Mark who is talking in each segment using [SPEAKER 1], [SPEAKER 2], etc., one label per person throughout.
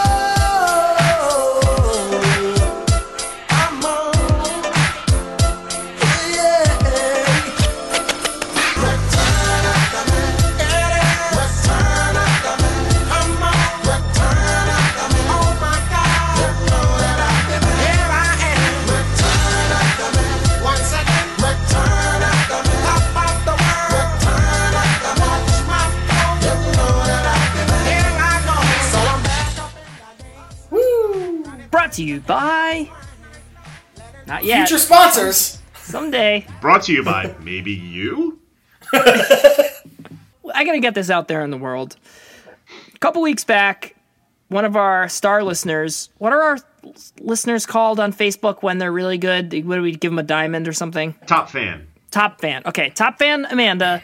[SPEAKER 1] Brought to you by. Not yet.
[SPEAKER 2] Future sponsors.
[SPEAKER 1] Someday.
[SPEAKER 3] Brought to you by maybe you?
[SPEAKER 1] I gotta get this out there in the world. A couple weeks back, one of our star listeners. What are our listeners called on Facebook when they're really good? What do we give them a diamond or something?
[SPEAKER 3] Top fan.
[SPEAKER 1] top fan. Okay, top fan Amanda.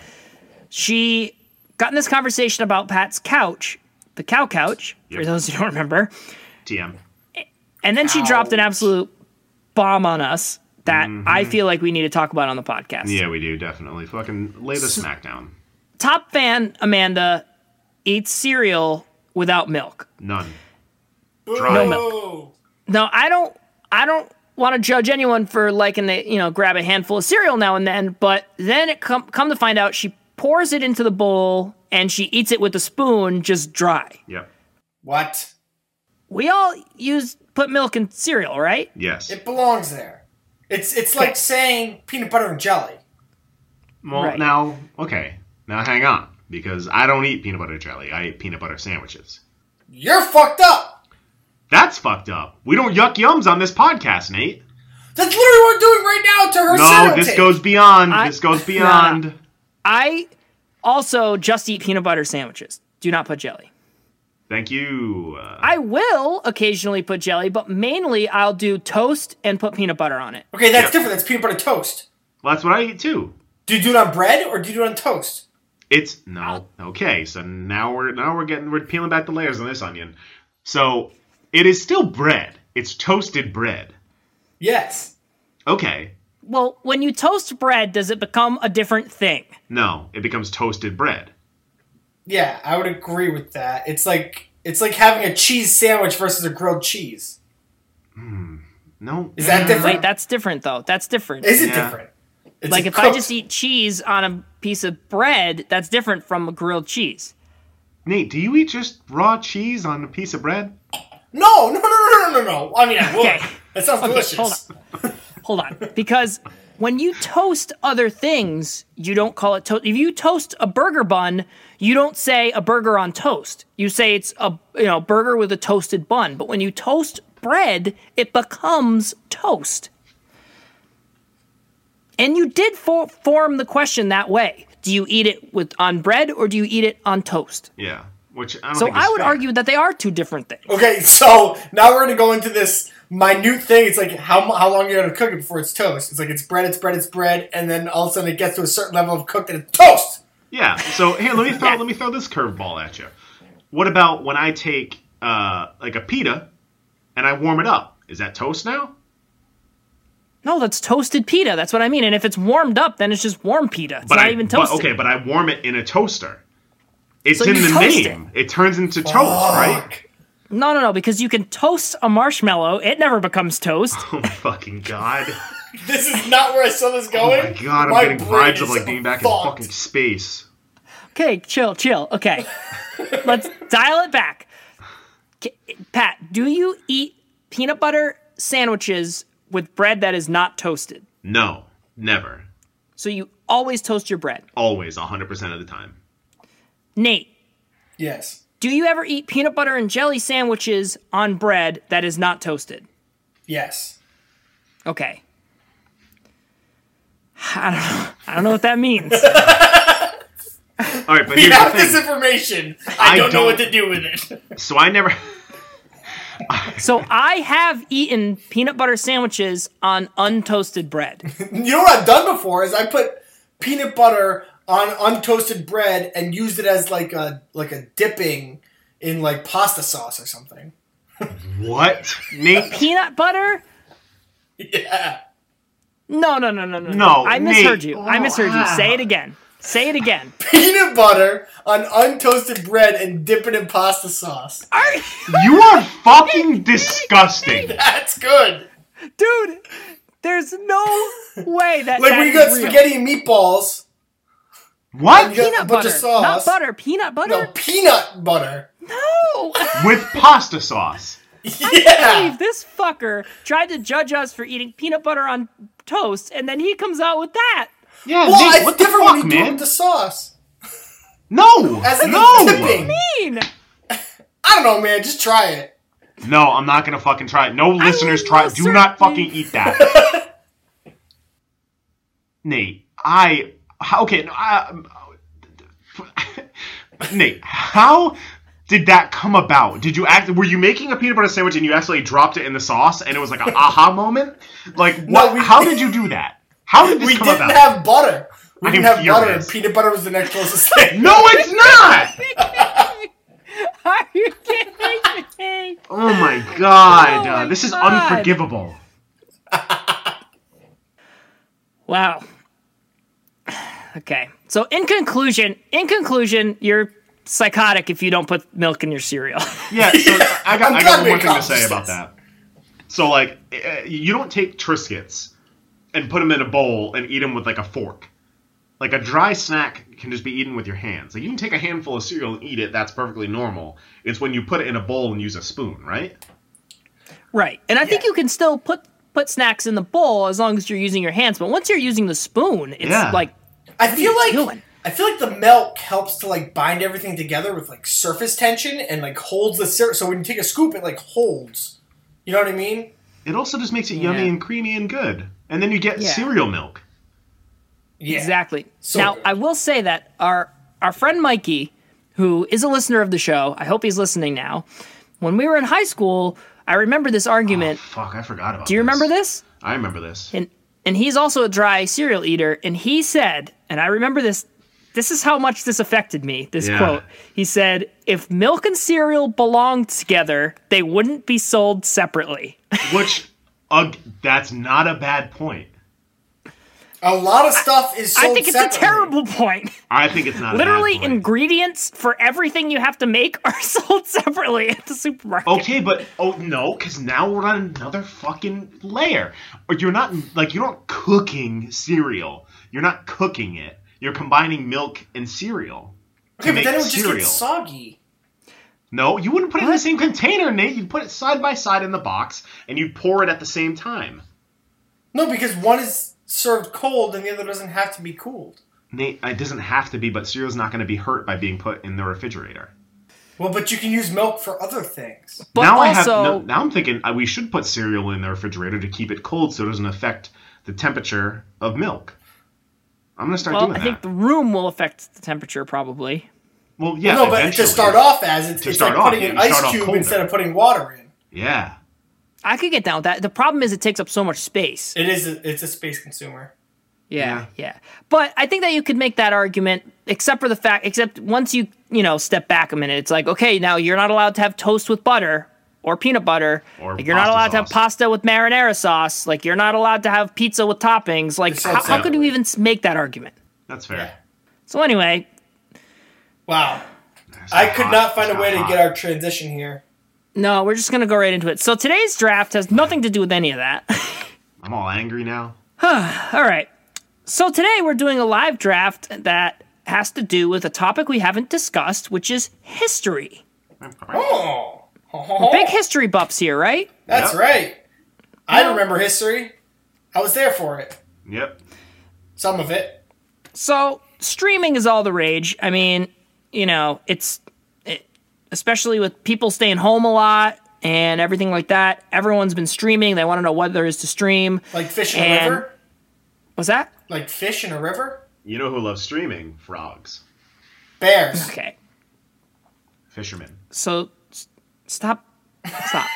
[SPEAKER 1] She got in this conversation about Pat's couch, the cow couch, for
[SPEAKER 3] Yep.
[SPEAKER 1] those who don't remember.
[SPEAKER 3] TM.
[SPEAKER 1] And then she dropped an absolute bomb on us that I feel like we need to talk about on the podcast.
[SPEAKER 3] Yeah, we do, definitely. Fucking lay the smackdown.
[SPEAKER 1] Top fan Amanda eats cereal without milk.
[SPEAKER 3] None.
[SPEAKER 1] No milk. No, I don't I don't want to judge anyone for liking to, you know, grab a handful of cereal now and then, but then it come come to find out she pours it into the bowl and she eats it with a spoon just dry.
[SPEAKER 3] Yep.
[SPEAKER 2] What?
[SPEAKER 1] We all use put milk in cereal, right?
[SPEAKER 3] Yes.
[SPEAKER 2] It belongs there. It's it's like saying peanut butter and jelly.
[SPEAKER 3] Well,
[SPEAKER 1] Right.
[SPEAKER 3] now, okay. Now hang on. Because I don't eat peanut butter jelly. I eat peanut butter sandwiches.
[SPEAKER 2] You're fucked up.
[SPEAKER 3] That's fucked up. We don't yuck yums on this podcast, Nate.
[SPEAKER 2] That's literally what we're doing right now to her.
[SPEAKER 3] No,
[SPEAKER 2] setup
[SPEAKER 3] this
[SPEAKER 2] tape.
[SPEAKER 3] goes beyond.
[SPEAKER 1] I-
[SPEAKER 3] this goes beyond.
[SPEAKER 1] I also just eat peanut butter sandwiches. Do not put jelly.
[SPEAKER 3] Thank you. Uh,
[SPEAKER 1] I will occasionally put jelly, but mainly I'll do toast and put peanut butter on it.
[SPEAKER 2] Okay, that's
[SPEAKER 3] Yeah.
[SPEAKER 2] different. That's peanut butter toast.
[SPEAKER 3] well, that's what I eat too.
[SPEAKER 2] Do you do it on bread or do you do it on toast?
[SPEAKER 3] It's no okay. So now we're now we're getting we're peeling back the layers on this onion. So it is still bread. It's toasted bread.
[SPEAKER 2] Yes.
[SPEAKER 3] Okay.
[SPEAKER 1] Well, when you toast bread, does it become a different thing?
[SPEAKER 3] No, it becomes toasted bread.
[SPEAKER 2] Yeah, I would agree with that. It's like it's like having a cheese sandwich versus a grilled cheese.
[SPEAKER 3] No.
[SPEAKER 2] Is that different?
[SPEAKER 1] Wait, that's different though. That's different.
[SPEAKER 2] Is it
[SPEAKER 3] Yeah.
[SPEAKER 2] different? It's
[SPEAKER 1] like
[SPEAKER 2] a
[SPEAKER 1] if I
[SPEAKER 2] cooked-
[SPEAKER 1] just eat cheese on a piece of bread, that's different from a grilled cheese.
[SPEAKER 3] Nate, do you eat just raw cheese on a piece of bread?
[SPEAKER 2] No, no, no, no, no, no, no. I mean, I would.
[SPEAKER 1] Okay.
[SPEAKER 2] That sounds delicious.
[SPEAKER 1] hold Hold on, because when you toast other things, you don't call it toast. If you toast a burger bun, you don't say a burger on toast. You say it's a you know burger with a toasted bun. But when you toast bread, it becomes toast. And you did for- form the question that way: Do you eat it with on bread or do you eat it on toast?
[SPEAKER 3] Yeah. Which I don't
[SPEAKER 1] So
[SPEAKER 3] think is
[SPEAKER 1] I would
[SPEAKER 3] fair.
[SPEAKER 1] argue that they are two different things.
[SPEAKER 2] Okay, so now we're gonna go into this minute thing. It's like how mu- how long you gotta cook it before it's toast. It's like it's bread, it's bread, it's bread, and then all of a sudden it gets to a certain level of cooked and it's toast.
[SPEAKER 3] Yeah. So here, let me throw let me throw this curveball at you. What about when I take uh, like a pita and I warm it up? Is that toast now?
[SPEAKER 1] No, that's toasted pita. That's what I mean. And if it's warmed up, then it's just warm pita. It's not
[SPEAKER 3] I,
[SPEAKER 1] even toasted.
[SPEAKER 3] But, okay, but I warm it in a toaster. It's
[SPEAKER 1] So
[SPEAKER 3] in
[SPEAKER 1] you
[SPEAKER 3] the
[SPEAKER 1] toast
[SPEAKER 3] name. It. turns into toast, right?
[SPEAKER 1] No, no, no, because you can toast a marshmallow. It never becomes toast.
[SPEAKER 3] Oh my fucking god!
[SPEAKER 2] This is not where I saw this
[SPEAKER 3] Oh
[SPEAKER 2] going.
[SPEAKER 3] my god! I'm
[SPEAKER 2] My
[SPEAKER 3] getting
[SPEAKER 2] brain
[SPEAKER 3] vibes of
[SPEAKER 2] is
[SPEAKER 3] like being back
[SPEAKER 2] fucked.
[SPEAKER 3] in fucking space.
[SPEAKER 1] Okay, chill, chill. Okay. Let's dial it back. K- Pat, do you eat peanut butter sandwiches with bread that is not toasted?
[SPEAKER 3] No, never,
[SPEAKER 1] So you always toast your bread.
[SPEAKER 3] always, 100 percent of the time.
[SPEAKER 1] Nate,
[SPEAKER 2] Yes.
[SPEAKER 1] do you ever eat peanut butter and jelly sandwiches on bread that is not toasted?
[SPEAKER 2] Yes.
[SPEAKER 1] Okay. I don't know. I don't know what that means.
[SPEAKER 3] All right, but
[SPEAKER 2] We
[SPEAKER 3] here's
[SPEAKER 2] have
[SPEAKER 3] the
[SPEAKER 2] this
[SPEAKER 3] thing.
[SPEAKER 2] information. I,
[SPEAKER 3] I
[SPEAKER 2] don't, know what
[SPEAKER 3] don't-
[SPEAKER 2] to do with it.
[SPEAKER 3] So I never.
[SPEAKER 1] So I have eaten peanut butter sandwiches on untoasted bread.
[SPEAKER 2] You know what I've done before is I put peanut butter on untoasted bread and used it as like a like a dipping in like pasta sauce or something.
[SPEAKER 3] What, Nate?
[SPEAKER 1] Peanut butter?
[SPEAKER 2] Yeah.
[SPEAKER 1] No, no, no, no, no.
[SPEAKER 3] No,
[SPEAKER 1] I misheard
[SPEAKER 3] me.
[SPEAKER 1] you. I misheard you. Say
[SPEAKER 2] Ah.
[SPEAKER 1] it again. Say it again.
[SPEAKER 2] Peanut butter on untoasted bread and dip it in pasta sauce.
[SPEAKER 1] Are you,
[SPEAKER 3] You are fucking disgusting.
[SPEAKER 2] That's good.
[SPEAKER 1] dude? There's no way that
[SPEAKER 2] Like
[SPEAKER 1] that
[SPEAKER 2] when you
[SPEAKER 1] is
[SPEAKER 2] got
[SPEAKER 1] real.
[SPEAKER 2] spaghetti and meatballs.
[SPEAKER 3] What?
[SPEAKER 2] Yeah.
[SPEAKER 1] peanut
[SPEAKER 2] a bunch
[SPEAKER 1] butter,
[SPEAKER 2] of sauce.
[SPEAKER 1] not butter, peanut
[SPEAKER 2] No,
[SPEAKER 1] butter.
[SPEAKER 2] peanut butter.
[SPEAKER 1] No,
[SPEAKER 3] With pasta sauce.
[SPEAKER 2] Yeah.
[SPEAKER 1] Dave, this fucker tried to judge us for eating peanut butter on toast, and then he comes out with that.
[SPEAKER 3] Yeah,
[SPEAKER 2] Well,
[SPEAKER 3] Nate,
[SPEAKER 2] it's
[SPEAKER 3] what the
[SPEAKER 2] different
[SPEAKER 3] fuck,
[SPEAKER 2] when you do it
[SPEAKER 3] man?
[SPEAKER 2] with the sauce.
[SPEAKER 3] No,
[SPEAKER 2] As in
[SPEAKER 3] no,
[SPEAKER 2] the dipping.
[SPEAKER 1] Mean.
[SPEAKER 2] I don't know, man. Just try it.
[SPEAKER 3] no! I'm not gonna fucking try it. No listeners,
[SPEAKER 1] will
[SPEAKER 3] try. Do not
[SPEAKER 1] certainly-
[SPEAKER 3] fucking eat that. Nate, I how- okay. No, I, um, Nate, how did that come about? Did you act? Were you making a peanut butter sandwich and you actually dropped it in the sauce and it was like an aha moment? Like what?
[SPEAKER 2] we-
[SPEAKER 3] how did you do that? How did this
[SPEAKER 2] We
[SPEAKER 3] come
[SPEAKER 2] didn't
[SPEAKER 3] about?
[SPEAKER 2] have butter. We
[SPEAKER 3] I'm
[SPEAKER 2] didn't have butter,
[SPEAKER 3] furious.
[SPEAKER 2] and peanut butter was the next closest thing.
[SPEAKER 3] no, it's not.
[SPEAKER 1] Are you kidding me?
[SPEAKER 3] Oh my god,
[SPEAKER 1] Oh
[SPEAKER 3] uh,
[SPEAKER 1] my
[SPEAKER 3] this is
[SPEAKER 1] God.
[SPEAKER 3] unforgivable.
[SPEAKER 1] Wow. Okay. So in conclusion, in conclusion, you're psychotic if you don't put milk in your cereal.
[SPEAKER 3] Yeah, so I got,
[SPEAKER 2] I'm
[SPEAKER 3] I
[SPEAKER 2] glad
[SPEAKER 3] got
[SPEAKER 2] we
[SPEAKER 3] one thing to say
[SPEAKER 2] accomplished
[SPEAKER 3] about
[SPEAKER 2] this.
[SPEAKER 3] that. So, like, uh, you don't take Triscuits and put them in a bowl and eat them with, like, a fork. Like, a dry snack can just be eaten with your hands. Like, you can take a handful of cereal and eat it. That's perfectly normal. It's when you put it in a bowl and use a spoon, right?
[SPEAKER 1] right. And I think you can still put put snacks in the bowl as long as you're using your hands. But once you're using the spoon, it's
[SPEAKER 3] Yeah.
[SPEAKER 1] like
[SPEAKER 2] I feel like
[SPEAKER 1] doing?
[SPEAKER 2] I feel like the milk helps to like bind everything together with like surface tension and like holds the syrup. So when you take a scoop, it like holds. You know what I mean?
[SPEAKER 3] It also just makes it
[SPEAKER 1] Yeah.
[SPEAKER 3] yummy and creamy and good. And then you get
[SPEAKER 1] Yeah.
[SPEAKER 3] cereal milk.
[SPEAKER 2] Yeah.
[SPEAKER 1] Exactly.
[SPEAKER 2] So
[SPEAKER 1] now
[SPEAKER 2] good.
[SPEAKER 1] I will say that our our friend Mikey, who is a listener of the show, I hope he's listening now. When we were in high school, I remember this argument.
[SPEAKER 3] Fuck, I forgot about
[SPEAKER 1] Do you remember this?
[SPEAKER 3] I remember this.
[SPEAKER 1] And and he's also a dry cereal eater, and he said, and I remember this this is how much this affected me, this
[SPEAKER 3] Yeah.
[SPEAKER 1] quote. He said, if milk and cereal belonged together, they wouldn't be sold separately.
[SPEAKER 3] Which, uh, that's not a bad point.
[SPEAKER 2] A lot of stuff is sold
[SPEAKER 1] I think it's a
[SPEAKER 2] separately.
[SPEAKER 1] terrible point.
[SPEAKER 3] I think it's not a bad
[SPEAKER 1] Literally,
[SPEAKER 3] point.
[SPEAKER 1] ingredients for everything you have to make are sold separately at the supermarket.
[SPEAKER 3] Okay, but oh no, because now we're on another fucking layer. Or you're not like you're not cooking cereal. You're not cooking it. You're combining milk and cereal.
[SPEAKER 2] Okay, but
[SPEAKER 3] make
[SPEAKER 2] then it would just get
[SPEAKER 3] cereal.
[SPEAKER 2] soggy.
[SPEAKER 3] No, you wouldn't put it in the same container, Nate. You'd put it side by side in the box, and you'd pour it at the same time.
[SPEAKER 2] No, because one is served cold and the other doesn't have to be cooled.
[SPEAKER 3] Nate, uh, it doesn't have to be, but cereal's not going to be hurt by being put in the refrigerator.
[SPEAKER 2] Well, but you can use milk for other things.
[SPEAKER 1] But
[SPEAKER 3] now I have
[SPEAKER 1] also,
[SPEAKER 3] no, now I'm thinking uh, we should put cereal in the refrigerator to keep it cold so it doesn't affect the temperature of milk. I'm gonna start
[SPEAKER 1] well,
[SPEAKER 3] doing
[SPEAKER 1] I
[SPEAKER 3] that.
[SPEAKER 1] think the room will affect the temperature probably.
[SPEAKER 3] Well, yeah,
[SPEAKER 2] no, but
[SPEAKER 3] eventually.
[SPEAKER 2] to start off as it's,
[SPEAKER 3] To
[SPEAKER 2] it's like
[SPEAKER 3] start off,
[SPEAKER 2] putting
[SPEAKER 3] yeah,
[SPEAKER 2] an
[SPEAKER 3] you start
[SPEAKER 2] ice
[SPEAKER 3] off
[SPEAKER 2] cube
[SPEAKER 3] colder.
[SPEAKER 2] instead of putting water in.
[SPEAKER 3] Yeah.
[SPEAKER 1] I could get down with that. The problem is it takes up so much space.
[SPEAKER 2] It is. A, it's a space consumer.
[SPEAKER 1] Yeah, yeah, But I think that you could make that argument, except for the fact, except once you, you know, step back a minute, it's like, okay, now you're not allowed to have toast with butter or peanut butter.
[SPEAKER 3] Or
[SPEAKER 1] like, you're not
[SPEAKER 3] pasta
[SPEAKER 1] allowed to have
[SPEAKER 3] sauce.
[SPEAKER 1] pasta with marinara sauce. Like, you're not allowed to have pizza with toppings. Like,
[SPEAKER 2] It's
[SPEAKER 1] how, how could you
[SPEAKER 2] separate.
[SPEAKER 1] even s- make that argument?
[SPEAKER 3] That's fair.
[SPEAKER 1] So, anyway,
[SPEAKER 2] Wow.
[SPEAKER 3] That's
[SPEAKER 2] I
[SPEAKER 3] not
[SPEAKER 2] could
[SPEAKER 3] hot.
[SPEAKER 2] not find a
[SPEAKER 3] That's
[SPEAKER 2] way
[SPEAKER 3] not
[SPEAKER 2] to
[SPEAKER 3] hot.
[SPEAKER 2] get our transition here.
[SPEAKER 1] no, we're just going to go right into it. So, today's draft has nothing to do with any of that.
[SPEAKER 3] I'm all angry now.
[SPEAKER 1] All right. So today we're doing a live draft that has to do with a topic we haven't discussed, which is history.
[SPEAKER 2] Oh,
[SPEAKER 1] Big history buffs here, right?
[SPEAKER 2] that's
[SPEAKER 3] Yep.
[SPEAKER 2] right. I remember history. I was there for it.
[SPEAKER 3] Yep.
[SPEAKER 2] Some of it.
[SPEAKER 1] So streaming is all the rage. I mean, you know, it's it, especially with people staying home a lot and everything like that. Everyone's been streaming. They want to know what there is to stream.
[SPEAKER 2] Like fish in a
[SPEAKER 1] And-
[SPEAKER 2] river.
[SPEAKER 1] What's that?
[SPEAKER 2] Like fish in a river.
[SPEAKER 3] You know who loves streaming? Frogs.
[SPEAKER 2] Bears.
[SPEAKER 1] Okay.
[SPEAKER 3] Fishermen.
[SPEAKER 1] So s- stop. Stop.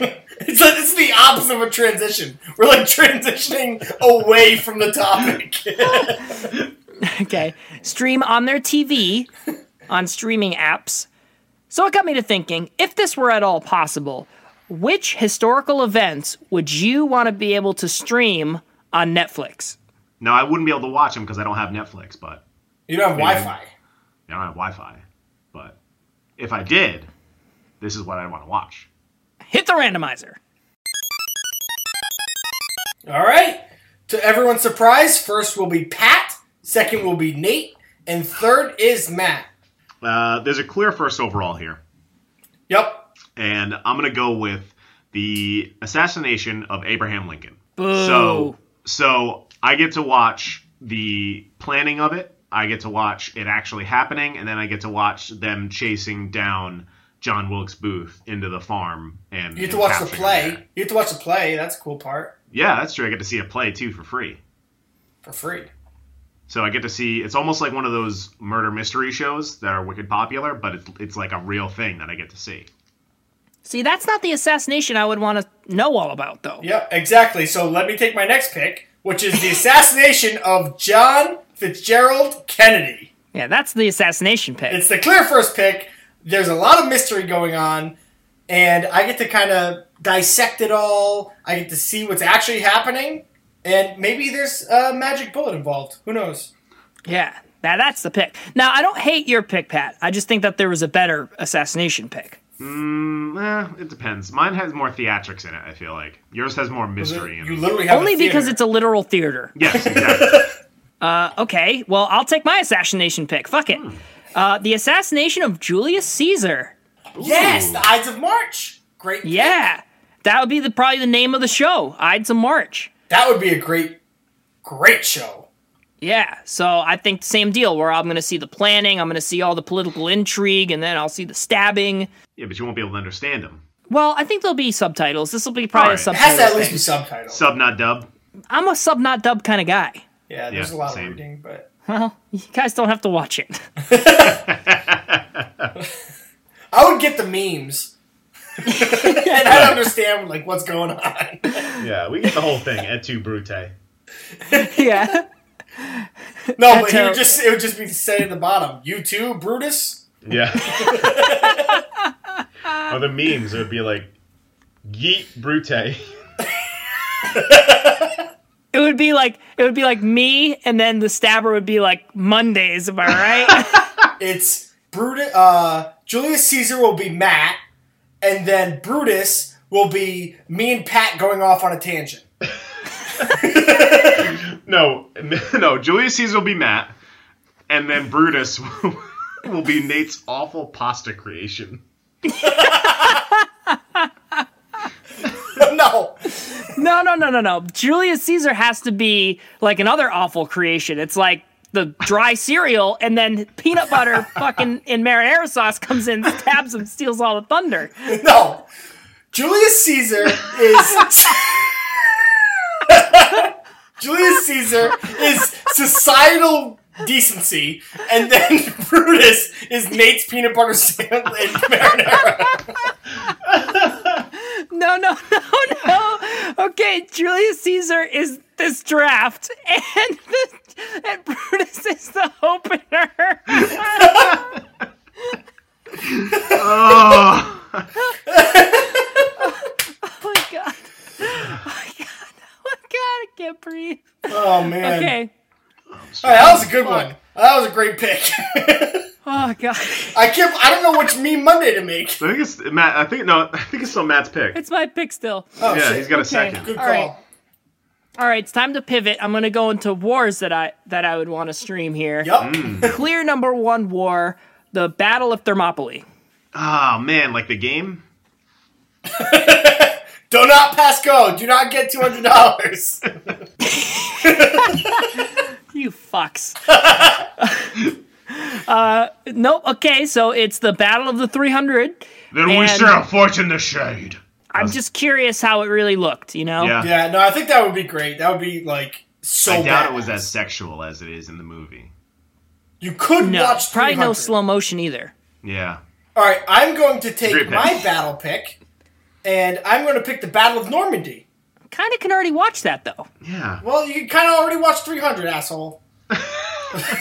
[SPEAKER 2] It's, like, it's the opposite of a transition. We're like transitioning away from the topic.
[SPEAKER 1] okay. Stream on their TV, on streaming apps. So it got me to thinking if this were at all possible, Which historical events would you want to be able to stream on Netflix?
[SPEAKER 3] Now I wouldn't be able to watch them because I don't have Netflix, but
[SPEAKER 2] You don't have Wi Fi.
[SPEAKER 3] I don't have Wi-Fi. But if I did, this is what I want to watch.
[SPEAKER 1] Hit the randomizer.
[SPEAKER 2] All right. To everyone's surprise, first will be Pat, second will be Nate, and third is Matt.
[SPEAKER 3] Uh, there's a clear first overall here,
[SPEAKER 2] Yep.
[SPEAKER 3] and I'm gonna go with the assassination of Abraham Lincoln.
[SPEAKER 1] Boo.
[SPEAKER 3] So, so I get to watch the planning of it. I get to watch it actually happening, and then I get to watch them chasing down John Wilkes Booth into the farm. And
[SPEAKER 2] You have to
[SPEAKER 3] and
[SPEAKER 2] watch the
[SPEAKER 3] capturing him there.
[SPEAKER 2] play. You have to watch the play. That's a cool part
[SPEAKER 3] Yeah, that's true. I get to see a play too for free.
[SPEAKER 2] for free.
[SPEAKER 3] So I get to see. It's almost like one of those murder mystery shows that are wicked popular, but it's, it's like a real thing that I get to see.
[SPEAKER 1] See, that's not the assassination I would want to know all about, though.
[SPEAKER 2] Yep, exactly. So let me take my next pick, which is the assassination of John Fitzgerald Kennedy.
[SPEAKER 1] Yeah, that's the assassination pick.
[SPEAKER 2] It's the clear first pick. There's a lot of mystery going on, and I get to kind of dissect it all. I get to see what's actually happening, and maybe there's a magic bullet involved. Who knows?
[SPEAKER 1] yeah, now that's the pick. Now, I don't hate your pick, Pat. I just think that there was a better assassination pick.
[SPEAKER 3] Mm, eh, it depends. Mine has more theatrics in it. I feel like yours has more mystery in
[SPEAKER 2] You
[SPEAKER 3] it.
[SPEAKER 2] literally have
[SPEAKER 1] Only
[SPEAKER 2] a Oh, theater.
[SPEAKER 1] because it's a literal theater.
[SPEAKER 3] yes, exactly.
[SPEAKER 1] Okay, well, I'll take my assassination pick. Fuck
[SPEAKER 2] Hmm.
[SPEAKER 1] it. Uh, the assassination of Julius Caesar.
[SPEAKER 2] yes, the Ides of March. Great.
[SPEAKER 1] Yeah, that would be the probably the name of the show, Ides of March.
[SPEAKER 2] that would be a great, great show.
[SPEAKER 1] Yeah, so I think same deal where I'm going to see the planning, I'm going to see all the political intrigue, and then I'll see the stabbing.
[SPEAKER 3] yeah, but you won't be able to understand them.
[SPEAKER 1] Well, I think there'll be subtitles. This will be probably a
[SPEAKER 3] Alright.
[SPEAKER 2] It has
[SPEAKER 1] subtitle.
[SPEAKER 2] to at least
[SPEAKER 1] thing.
[SPEAKER 2] be subtitled.
[SPEAKER 3] Sub not dub.
[SPEAKER 1] I'm a sub not dub kind of guy.
[SPEAKER 2] yeah, there's
[SPEAKER 3] Yeah,
[SPEAKER 2] a lot
[SPEAKER 3] same.
[SPEAKER 2] of reading, but
[SPEAKER 1] Well, you guys don't have to watch it.
[SPEAKER 2] I would get the memes. and I don't understand like what's going on.
[SPEAKER 3] Yeah, we get the whole thing. Et tu, Brute.
[SPEAKER 1] yeah.
[SPEAKER 2] No, but he
[SPEAKER 1] terrible.
[SPEAKER 2] would just it would just be said at the bottom. You too, Brutus.
[SPEAKER 3] Yeah. or the memes, it would be like, Yeet Brute.
[SPEAKER 1] It would be like it would be like me and then the stabber would be like Mondays, am I right?
[SPEAKER 2] It's Brutus. Uh, Julius Caesar will be Matt, and then Brutus will be me and Pat going off on a tangent.
[SPEAKER 3] No, no, Julius Caesar will be Matt, and then Brutus will be Nate's awful pasta creation.
[SPEAKER 2] no,
[SPEAKER 1] no, no, no, no, no. Julius Caesar has to be like another awful creation. It's like the dry cereal and then peanut butter fucking in marinara sauce comes in, stabs him, steals all the thunder.
[SPEAKER 2] no. Julius Caesar is. Julius Caesar is societal decency, and then Brutus is Nate's peanut butter sandwich and marinara.
[SPEAKER 1] No, no, no, no. Okay, Julius Caesar is this draft, and the, and Brutus is the opener.
[SPEAKER 3] Oh,
[SPEAKER 1] Oh my god. Oh my god. Oh my god, I can't breathe.
[SPEAKER 2] Oh man.
[SPEAKER 1] Okay.
[SPEAKER 2] All right, that was a good one. That was a great pick.
[SPEAKER 1] Oh god.
[SPEAKER 2] I can't. I don't know which meme Monday to make.
[SPEAKER 3] I think it's Matt. I think no. I think it's still Matt's pick.
[SPEAKER 1] It's my pick still.
[SPEAKER 2] Oh,
[SPEAKER 3] yeah,
[SPEAKER 2] shit.
[SPEAKER 3] he's got a second.
[SPEAKER 2] Good
[SPEAKER 1] All
[SPEAKER 2] call.
[SPEAKER 1] right. All right, it's time to pivot. I'm going to go into wars that I that I would want to stream here.
[SPEAKER 2] Yup.
[SPEAKER 3] Hmm.
[SPEAKER 1] Clear number 1 war, the Battle of Thermopylae.
[SPEAKER 3] Oh man, like the game.
[SPEAKER 2] Do not pass go. Do not get two hundred dollars.
[SPEAKER 1] You fucks. uh, nope. Okay, so it's the Battle of the 300.
[SPEAKER 3] Then
[SPEAKER 1] we And- share a
[SPEAKER 3] fortune the shade.
[SPEAKER 1] I'm just curious how it really looked, you know?
[SPEAKER 3] Yeah,
[SPEAKER 2] yeah. No, I think that would be great. That would be like so.
[SPEAKER 3] I doubt it was
[SPEAKER 2] badass.
[SPEAKER 3] as sexual as it is in the movie.
[SPEAKER 2] You could
[SPEAKER 1] No,
[SPEAKER 2] watch.
[SPEAKER 1] probably no
[SPEAKER 2] 300.
[SPEAKER 1] slow motion either.
[SPEAKER 3] Yeah.
[SPEAKER 2] All right, I'm going to
[SPEAKER 3] Great
[SPEAKER 2] take
[SPEAKER 3] pick.
[SPEAKER 2] my battle pick, and I'm going to pick the Battle of Normandy.
[SPEAKER 1] Kind of can already watch that though.
[SPEAKER 3] Yeah.
[SPEAKER 2] Well, you kind of already watched three hundred, asshole.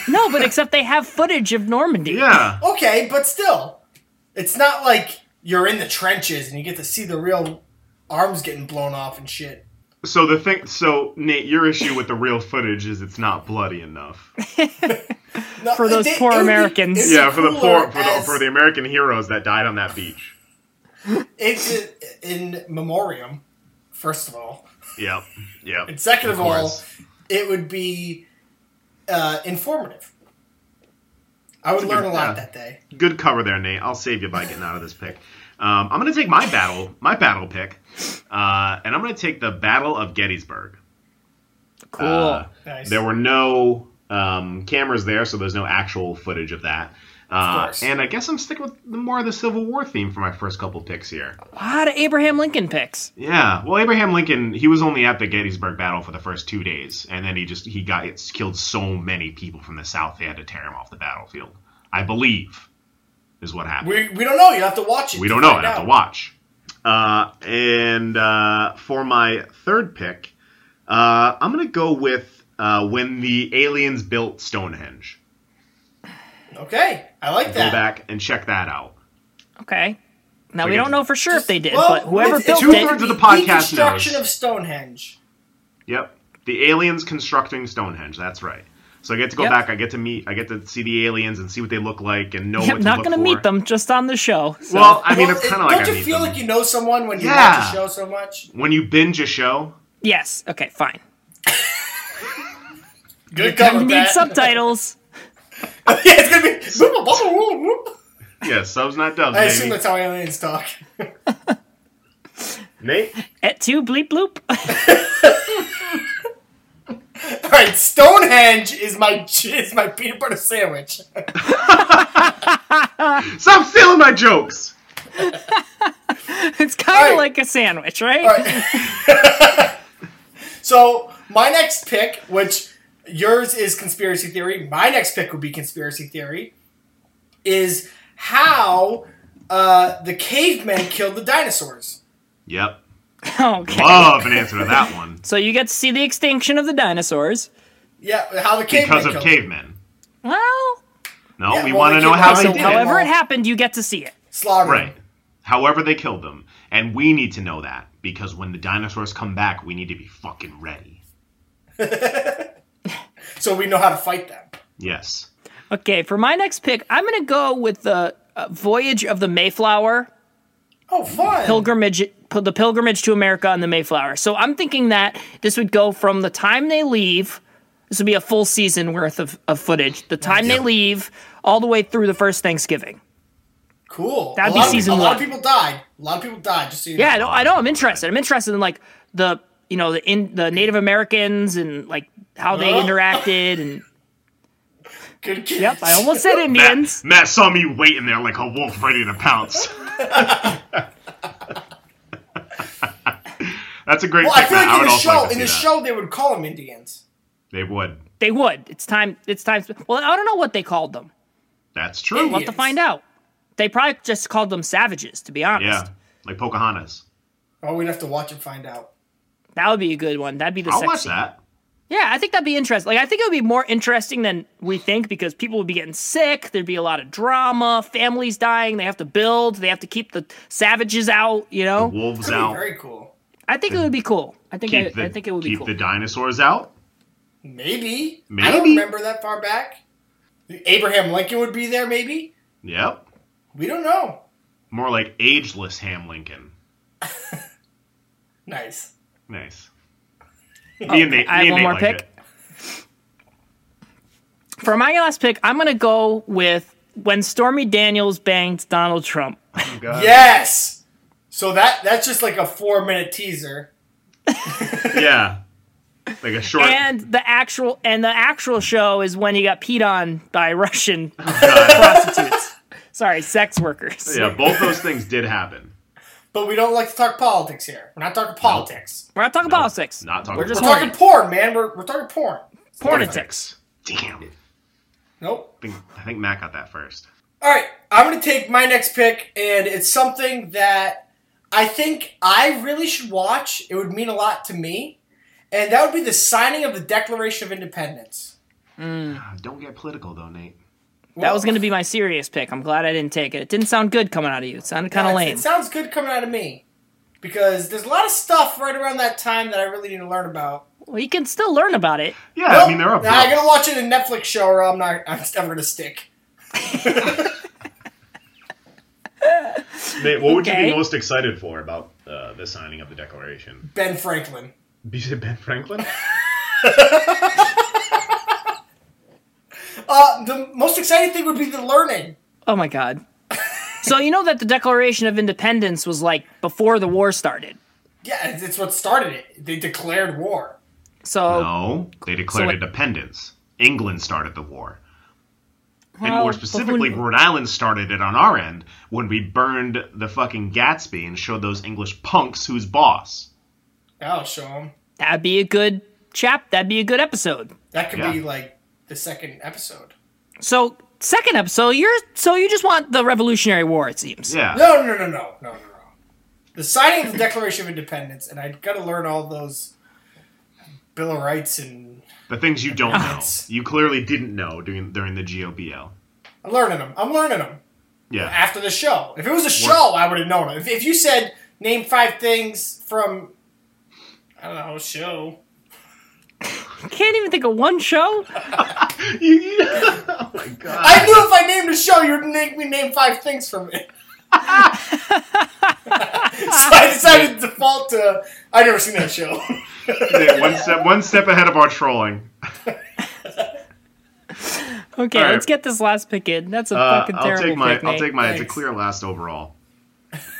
[SPEAKER 1] No, but except they have footage of Normandy.
[SPEAKER 3] Yeah.
[SPEAKER 2] Okay, but still, it's not like you're in the trenches and you get to see the real arms getting blown off and shit.
[SPEAKER 3] So the thing, so Nate, your issue with the real footage is it's not bloody enough.
[SPEAKER 2] No,
[SPEAKER 1] For those poor
[SPEAKER 2] it would be-
[SPEAKER 1] Americans.
[SPEAKER 2] it'd be
[SPEAKER 3] yeah, for the
[SPEAKER 2] cooler
[SPEAKER 3] poor, for the
[SPEAKER 2] as
[SPEAKER 3] for the American heroes that died on that beach.
[SPEAKER 2] it's uh, in memoriam. First of all,
[SPEAKER 3] Yep, yep.
[SPEAKER 2] and second of, all,
[SPEAKER 3] course.
[SPEAKER 2] it would be uh, informative. I would
[SPEAKER 3] It's a
[SPEAKER 2] learn
[SPEAKER 3] good-
[SPEAKER 2] a lot
[SPEAKER 3] yeah.
[SPEAKER 2] that day.
[SPEAKER 3] good cover there, Nate. I'll save you by getting out of this pick. Um, I'm gonna take my battle, my battle pick, uh, and I'm gonna take the Battle of Gettysburg.
[SPEAKER 1] Cool.
[SPEAKER 3] Uh,
[SPEAKER 2] Nice.
[SPEAKER 3] There were no um, cameras there, so there's no actual footage of that. Uh,
[SPEAKER 2] course.
[SPEAKER 3] and I guess I'm sticking with the, more of the Civil War theme for my first couple picks here.
[SPEAKER 1] a lot of Abraham Lincoln picks.
[SPEAKER 3] Yeah, well, Abraham Lincoln, he was only at the Gettysburg Battle for the first two days, and then he just he got it's killed so many people from the South they had to tear him off the battlefield. I believe is what happened.
[SPEAKER 2] We, we don't know. You have to watch it.
[SPEAKER 3] We
[SPEAKER 2] to
[SPEAKER 3] don't know.
[SPEAKER 2] find
[SPEAKER 3] I'd have to
[SPEAKER 2] out.
[SPEAKER 3] watch. Uh, and uh, for my third pick, uh, I'm going to go with uh, when the aliens built Stonehenge.
[SPEAKER 2] Okay, I like
[SPEAKER 3] Go
[SPEAKER 2] that.
[SPEAKER 3] back and check that out.
[SPEAKER 1] Okay. Now
[SPEAKER 3] We
[SPEAKER 1] we
[SPEAKER 3] get-
[SPEAKER 1] don't know for sure if they did,
[SPEAKER 2] Well,
[SPEAKER 1] but whoever
[SPEAKER 2] it's-
[SPEAKER 1] built
[SPEAKER 2] it's
[SPEAKER 1] it,
[SPEAKER 3] Two-thirds of the podcast
[SPEAKER 2] Deconstruction
[SPEAKER 3] knows.
[SPEAKER 2] of Stonehenge.
[SPEAKER 3] Yep. The aliens constructing Stonehenge. That's right. So I get to go
[SPEAKER 1] Yep.
[SPEAKER 3] back. I get to meet. I get to see the aliens and see what they look like and know.
[SPEAKER 1] I'm
[SPEAKER 3] what to
[SPEAKER 1] not
[SPEAKER 3] look
[SPEAKER 1] going to
[SPEAKER 3] for.
[SPEAKER 1] meet them just on the show. So.
[SPEAKER 3] Well, I mean,
[SPEAKER 2] Well,
[SPEAKER 3] it's
[SPEAKER 2] it-
[SPEAKER 3] kind of like
[SPEAKER 2] Don't
[SPEAKER 3] I
[SPEAKER 2] you
[SPEAKER 3] meet
[SPEAKER 2] feel
[SPEAKER 3] them.
[SPEAKER 2] like you know someone when you watch
[SPEAKER 3] Yeah.
[SPEAKER 2] a show so much?
[SPEAKER 3] when you binge a show.
[SPEAKER 1] yes. Okay. Fine.
[SPEAKER 2] Good
[SPEAKER 1] I
[SPEAKER 2] cover,
[SPEAKER 1] need
[SPEAKER 2] Pat.
[SPEAKER 1] subtitles.
[SPEAKER 2] yeah, it's gonna be. boop, boop, boop, boop, boop.
[SPEAKER 3] Yeah, subs not dubs,
[SPEAKER 2] I assume
[SPEAKER 3] baby.
[SPEAKER 2] that's how aliens talk.
[SPEAKER 3] Nate.
[SPEAKER 1] Et tu bleep bloop.
[SPEAKER 2] All right, Stonehenge is my is my peanut butter sandwich.
[SPEAKER 3] Stop stealing my jokes.
[SPEAKER 1] it's kind of
[SPEAKER 2] Alright.
[SPEAKER 1] like a sandwich, right?
[SPEAKER 2] All right. so my next pick, which yours is conspiracy theory, my next pick would be conspiracy theory, is how uh, the cavemen killed the dinosaurs.
[SPEAKER 3] Yep.
[SPEAKER 1] Okay.
[SPEAKER 3] Love an answer to that one.
[SPEAKER 1] So you get to see the extinction of the dinosaurs.
[SPEAKER 2] Yeah, how the cavemen
[SPEAKER 3] because of
[SPEAKER 2] killed them.
[SPEAKER 3] cavemen.
[SPEAKER 1] Well,
[SPEAKER 3] No,
[SPEAKER 2] Yeah,
[SPEAKER 3] we
[SPEAKER 2] well,
[SPEAKER 3] want to
[SPEAKER 2] they
[SPEAKER 3] know
[SPEAKER 2] killed
[SPEAKER 3] how
[SPEAKER 2] us,
[SPEAKER 3] they
[SPEAKER 2] so
[SPEAKER 1] so
[SPEAKER 3] did it.
[SPEAKER 1] however
[SPEAKER 2] Well-
[SPEAKER 1] it happened, you get to see it.
[SPEAKER 2] slaughter.
[SPEAKER 3] Right. However they killed them, and we need to know that because when the dinosaurs come back, we need to be fucking ready.
[SPEAKER 2] So we know how to fight them.
[SPEAKER 3] Yes.
[SPEAKER 1] Okay, for my next pick, I'm going to go with the uh, Voyage of the Mayflower,
[SPEAKER 2] Oh, fun.
[SPEAKER 1] pilgrimage, p- the pilgrimage to America on the Mayflower. So I'm thinking that this would go from the time they leave. This would be a full season worth of, of footage. The time they leave, all the way through the first Thanksgiving.
[SPEAKER 2] cool.
[SPEAKER 1] That'd
[SPEAKER 2] a
[SPEAKER 1] be
[SPEAKER 2] lot of-
[SPEAKER 1] season
[SPEAKER 2] A lot of
[SPEAKER 1] one.
[SPEAKER 2] people died. A lot of people died. Just so you
[SPEAKER 1] Yeah, I
[SPEAKER 2] know.
[SPEAKER 1] know. I know. I'm interested. I'm interested in like the you know the in the Native Americans and like how they
[SPEAKER 2] Huh?
[SPEAKER 1] interacted and
[SPEAKER 2] Good
[SPEAKER 1] yep.
[SPEAKER 2] kids.
[SPEAKER 1] I almost said Indians.
[SPEAKER 3] Matt, Matt saw me waiting there like a wolf ready to pounce. That's a great
[SPEAKER 2] Well, I
[SPEAKER 3] pick,
[SPEAKER 2] feel
[SPEAKER 3] Matt.
[SPEAKER 2] like in
[SPEAKER 3] would
[SPEAKER 2] the
[SPEAKER 3] also
[SPEAKER 2] show,
[SPEAKER 3] like to
[SPEAKER 2] in
[SPEAKER 3] see
[SPEAKER 2] the
[SPEAKER 3] that.
[SPEAKER 2] show, they would call them Indians.
[SPEAKER 3] They would.
[SPEAKER 1] They would. It's time. It's time. Well, I don't know what they called them.
[SPEAKER 3] That's true.
[SPEAKER 1] We'll have to find out. They probably just called them savages. To be honest,
[SPEAKER 3] Yeah. Like Pocahontas.
[SPEAKER 2] Oh, we'd have to watch and find out.
[SPEAKER 1] that would be a good one. That'd be the
[SPEAKER 3] I'll
[SPEAKER 1] sex
[SPEAKER 3] watch
[SPEAKER 1] scene.
[SPEAKER 3] that.
[SPEAKER 1] Yeah, I think that'd be interesting. Like, I think it would be more interesting than we think because people would be getting sick. There'd be a lot of drama. Families dying. They have to build. They have to keep the savages out. You know,
[SPEAKER 3] Wolves
[SPEAKER 2] That'd
[SPEAKER 3] out.
[SPEAKER 2] be very cool.
[SPEAKER 1] I think it would be cool. I think I,
[SPEAKER 3] keep the,
[SPEAKER 1] I think it would be
[SPEAKER 3] keep
[SPEAKER 1] cool.
[SPEAKER 3] the dinosaurs out.
[SPEAKER 2] Maybe. I don't
[SPEAKER 3] Maybe.
[SPEAKER 2] remember that far back. Abraham Lincoln would be there, maybe.
[SPEAKER 3] Yep.
[SPEAKER 2] We don't know.
[SPEAKER 3] More like ageless Ham Lincoln.
[SPEAKER 2] Nice.
[SPEAKER 3] Nice. me and Nate,
[SPEAKER 1] I have
[SPEAKER 3] me and
[SPEAKER 1] one
[SPEAKER 3] Nate
[SPEAKER 1] more
[SPEAKER 3] like
[SPEAKER 1] pick.
[SPEAKER 3] it.
[SPEAKER 1] For my last pick, I'm gonna go with when Stormy Daniels banged Donald Trump.
[SPEAKER 3] God.
[SPEAKER 2] Yes. So that that's just like a four minute teaser.
[SPEAKER 3] yeah. Like a short.
[SPEAKER 1] And the actual and the actual show is when he got peed on by Russian prostitutes. Sorry, sex workers.
[SPEAKER 3] Oh, yeah, both those things did happen.
[SPEAKER 2] But we don't like to talk politics here. We're not talking politics.
[SPEAKER 1] We're not talking politics.
[SPEAKER 3] Not talking
[SPEAKER 1] We're just
[SPEAKER 2] We're
[SPEAKER 1] Porn.
[SPEAKER 2] talking porn, man. We're, we're talking porn.
[SPEAKER 1] politics.
[SPEAKER 3] Damn. I
[SPEAKER 2] Nope.
[SPEAKER 3] think, I think Matt got that first.
[SPEAKER 2] All right, I'm going to take my next pick, and it's something that I think I really should watch. It would mean a lot to me, and that would be the signing of the Declaration of Independence.
[SPEAKER 3] Ah, Don't get political, though, Nate.
[SPEAKER 1] that was going to be my serious pick. I'm glad I didn't take it. It didn't sound good coming out of you. It sounded kind of
[SPEAKER 2] That's-
[SPEAKER 1] lame.
[SPEAKER 2] It sounds good coming out of me because there's a lot of stuff right around that time that I really need to learn about.
[SPEAKER 1] well, you can still learn about it.
[SPEAKER 3] Yeah, I mean they're up.
[SPEAKER 2] Nah,
[SPEAKER 3] there.
[SPEAKER 2] I'm gonna watch it in Netflix show, or I'm not. I'm just never gonna stick.
[SPEAKER 3] Nate, what would you
[SPEAKER 1] Okay.
[SPEAKER 3] be most excited for about uh, the signing of the Declaration?
[SPEAKER 2] Ben Franklin.
[SPEAKER 3] You said Ben Franklin?
[SPEAKER 2] Uh, the most exciting thing would be the learning.
[SPEAKER 1] Oh my god. so you know that the Declaration of Independence was like before the war started.
[SPEAKER 2] Yeah, it's, it's what started it. They declared war.
[SPEAKER 1] So
[SPEAKER 3] No, they declared
[SPEAKER 1] what-
[SPEAKER 3] independence. England started the war. And
[SPEAKER 1] Well,
[SPEAKER 3] more
[SPEAKER 1] but who
[SPEAKER 3] specifically,
[SPEAKER 1] kn-
[SPEAKER 3] Rhode Island started it on our end when we burned the fucking Gatsby and showed those English punks who's boss.
[SPEAKER 2] I'll Oh, show them.
[SPEAKER 1] that'd be a good chap. That'd be a good episode.
[SPEAKER 2] That could be
[SPEAKER 3] Yeah.
[SPEAKER 2] like the second episode.
[SPEAKER 1] So second episode, you're so you just want the Revolutionary War, it seems.
[SPEAKER 3] Yeah.
[SPEAKER 2] No, no, no, no, no, no, no. The signing of the Declaration of Independence, and I gotta learn all those Bill of Rights and
[SPEAKER 3] The things you don't know.
[SPEAKER 2] Yes.
[SPEAKER 3] You clearly didn't know during, during the GOBL.
[SPEAKER 2] I'm learning them. I'm learning them
[SPEAKER 3] Yeah.
[SPEAKER 2] after the show. If it was a show, I would have known it. If, if you said name five things from I don't know show,
[SPEAKER 1] Can't even think of one show.
[SPEAKER 3] You- you- oh my god.
[SPEAKER 2] I knew if I named a show, you would make me name five things from it. so I decided to default to I never seen that show.
[SPEAKER 3] Nate, one, step, one step ahead of our trolling.
[SPEAKER 1] Okay,
[SPEAKER 3] All right.
[SPEAKER 1] let's get this last pick in. That's a
[SPEAKER 3] Uh,
[SPEAKER 1] fucking
[SPEAKER 3] I'll
[SPEAKER 1] terrible
[SPEAKER 3] take my.
[SPEAKER 1] pick,
[SPEAKER 3] I'll
[SPEAKER 1] Nate.
[SPEAKER 3] take my. It's
[SPEAKER 2] Thanks.
[SPEAKER 3] a clear last overall.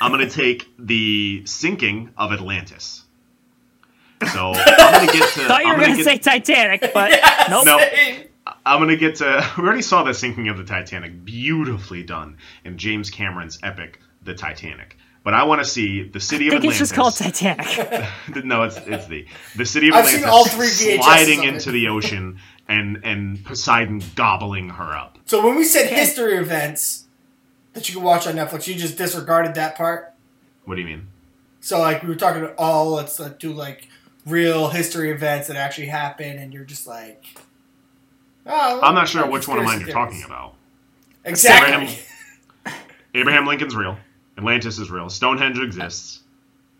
[SPEAKER 3] I'm gonna take the sinking of Atlantis. So I'm gonna get to.
[SPEAKER 1] Thought you
[SPEAKER 3] I'm
[SPEAKER 1] were
[SPEAKER 3] gonna
[SPEAKER 1] gonna
[SPEAKER 3] get-
[SPEAKER 1] say Titanic, but nope.
[SPEAKER 3] No. I'm gonna get to. We already saw the sinking of the Titanic, beautifully done in James Cameron's epic, The Titanic. But I want to see the city
[SPEAKER 1] I
[SPEAKER 3] of
[SPEAKER 1] think it's
[SPEAKER 3] Atlantis.
[SPEAKER 1] just called Titanic.
[SPEAKER 3] no, it's it's the the city of
[SPEAKER 2] I've seen
[SPEAKER 3] Atlantis
[SPEAKER 2] all three VHSs
[SPEAKER 3] sliding
[SPEAKER 2] of it.
[SPEAKER 3] into the ocean and and Poseidon gobbling her up.
[SPEAKER 2] So when we said history events that you can watch on Netflix, you just disregarded that part.
[SPEAKER 3] What do you mean?
[SPEAKER 2] So like we were talking about, oh, let's uh, do like real history events that actually happen, and you're just like, oh,
[SPEAKER 3] I'm not sure
[SPEAKER 2] like
[SPEAKER 3] which one of mine you're
[SPEAKER 2] conspiracy theories.
[SPEAKER 3] talking about.
[SPEAKER 2] Exactly.
[SPEAKER 3] Abraham, Abraham Lincoln's real. Atlantis is real. Stonehenge exists.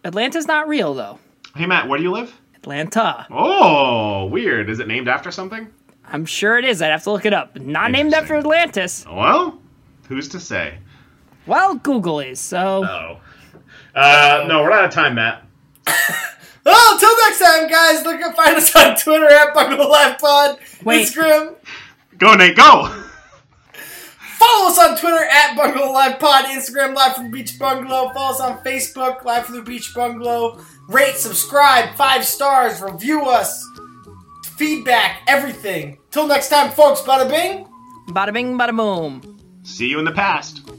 [SPEAKER 1] Atlanta's not real though.
[SPEAKER 3] Hey Matt, where do you live?
[SPEAKER 1] Atlanta.
[SPEAKER 3] Oh, weird. Is it named after something?
[SPEAKER 1] I'm sure it is. I'd have to look it up. Not named after
[SPEAKER 3] Interesting.
[SPEAKER 1] Atlantis.
[SPEAKER 3] Well, who's to say?
[SPEAKER 1] Well, Google is. So
[SPEAKER 3] Oh. Uh, no, we're out of time, Matt.
[SPEAKER 2] Well, until Oh, next time, guys, look up, find us on Twitter at Buckle Live Pod,
[SPEAKER 1] Wait.
[SPEAKER 2] Instagram.
[SPEAKER 3] Go, Nate, go!
[SPEAKER 2] Follow us on Twitter at Bungalow Live Pod, Instagram Live from Beach Bungalow. Follow us on Facebook, Live from the Beach Bungalow. Rate, subscribe, five stars, review us, feedback, everything. Till next time, folks. Bada bing.
[SPEAKER 1] bada bing, bada boom.
[SPEAKER 3] See you in the past.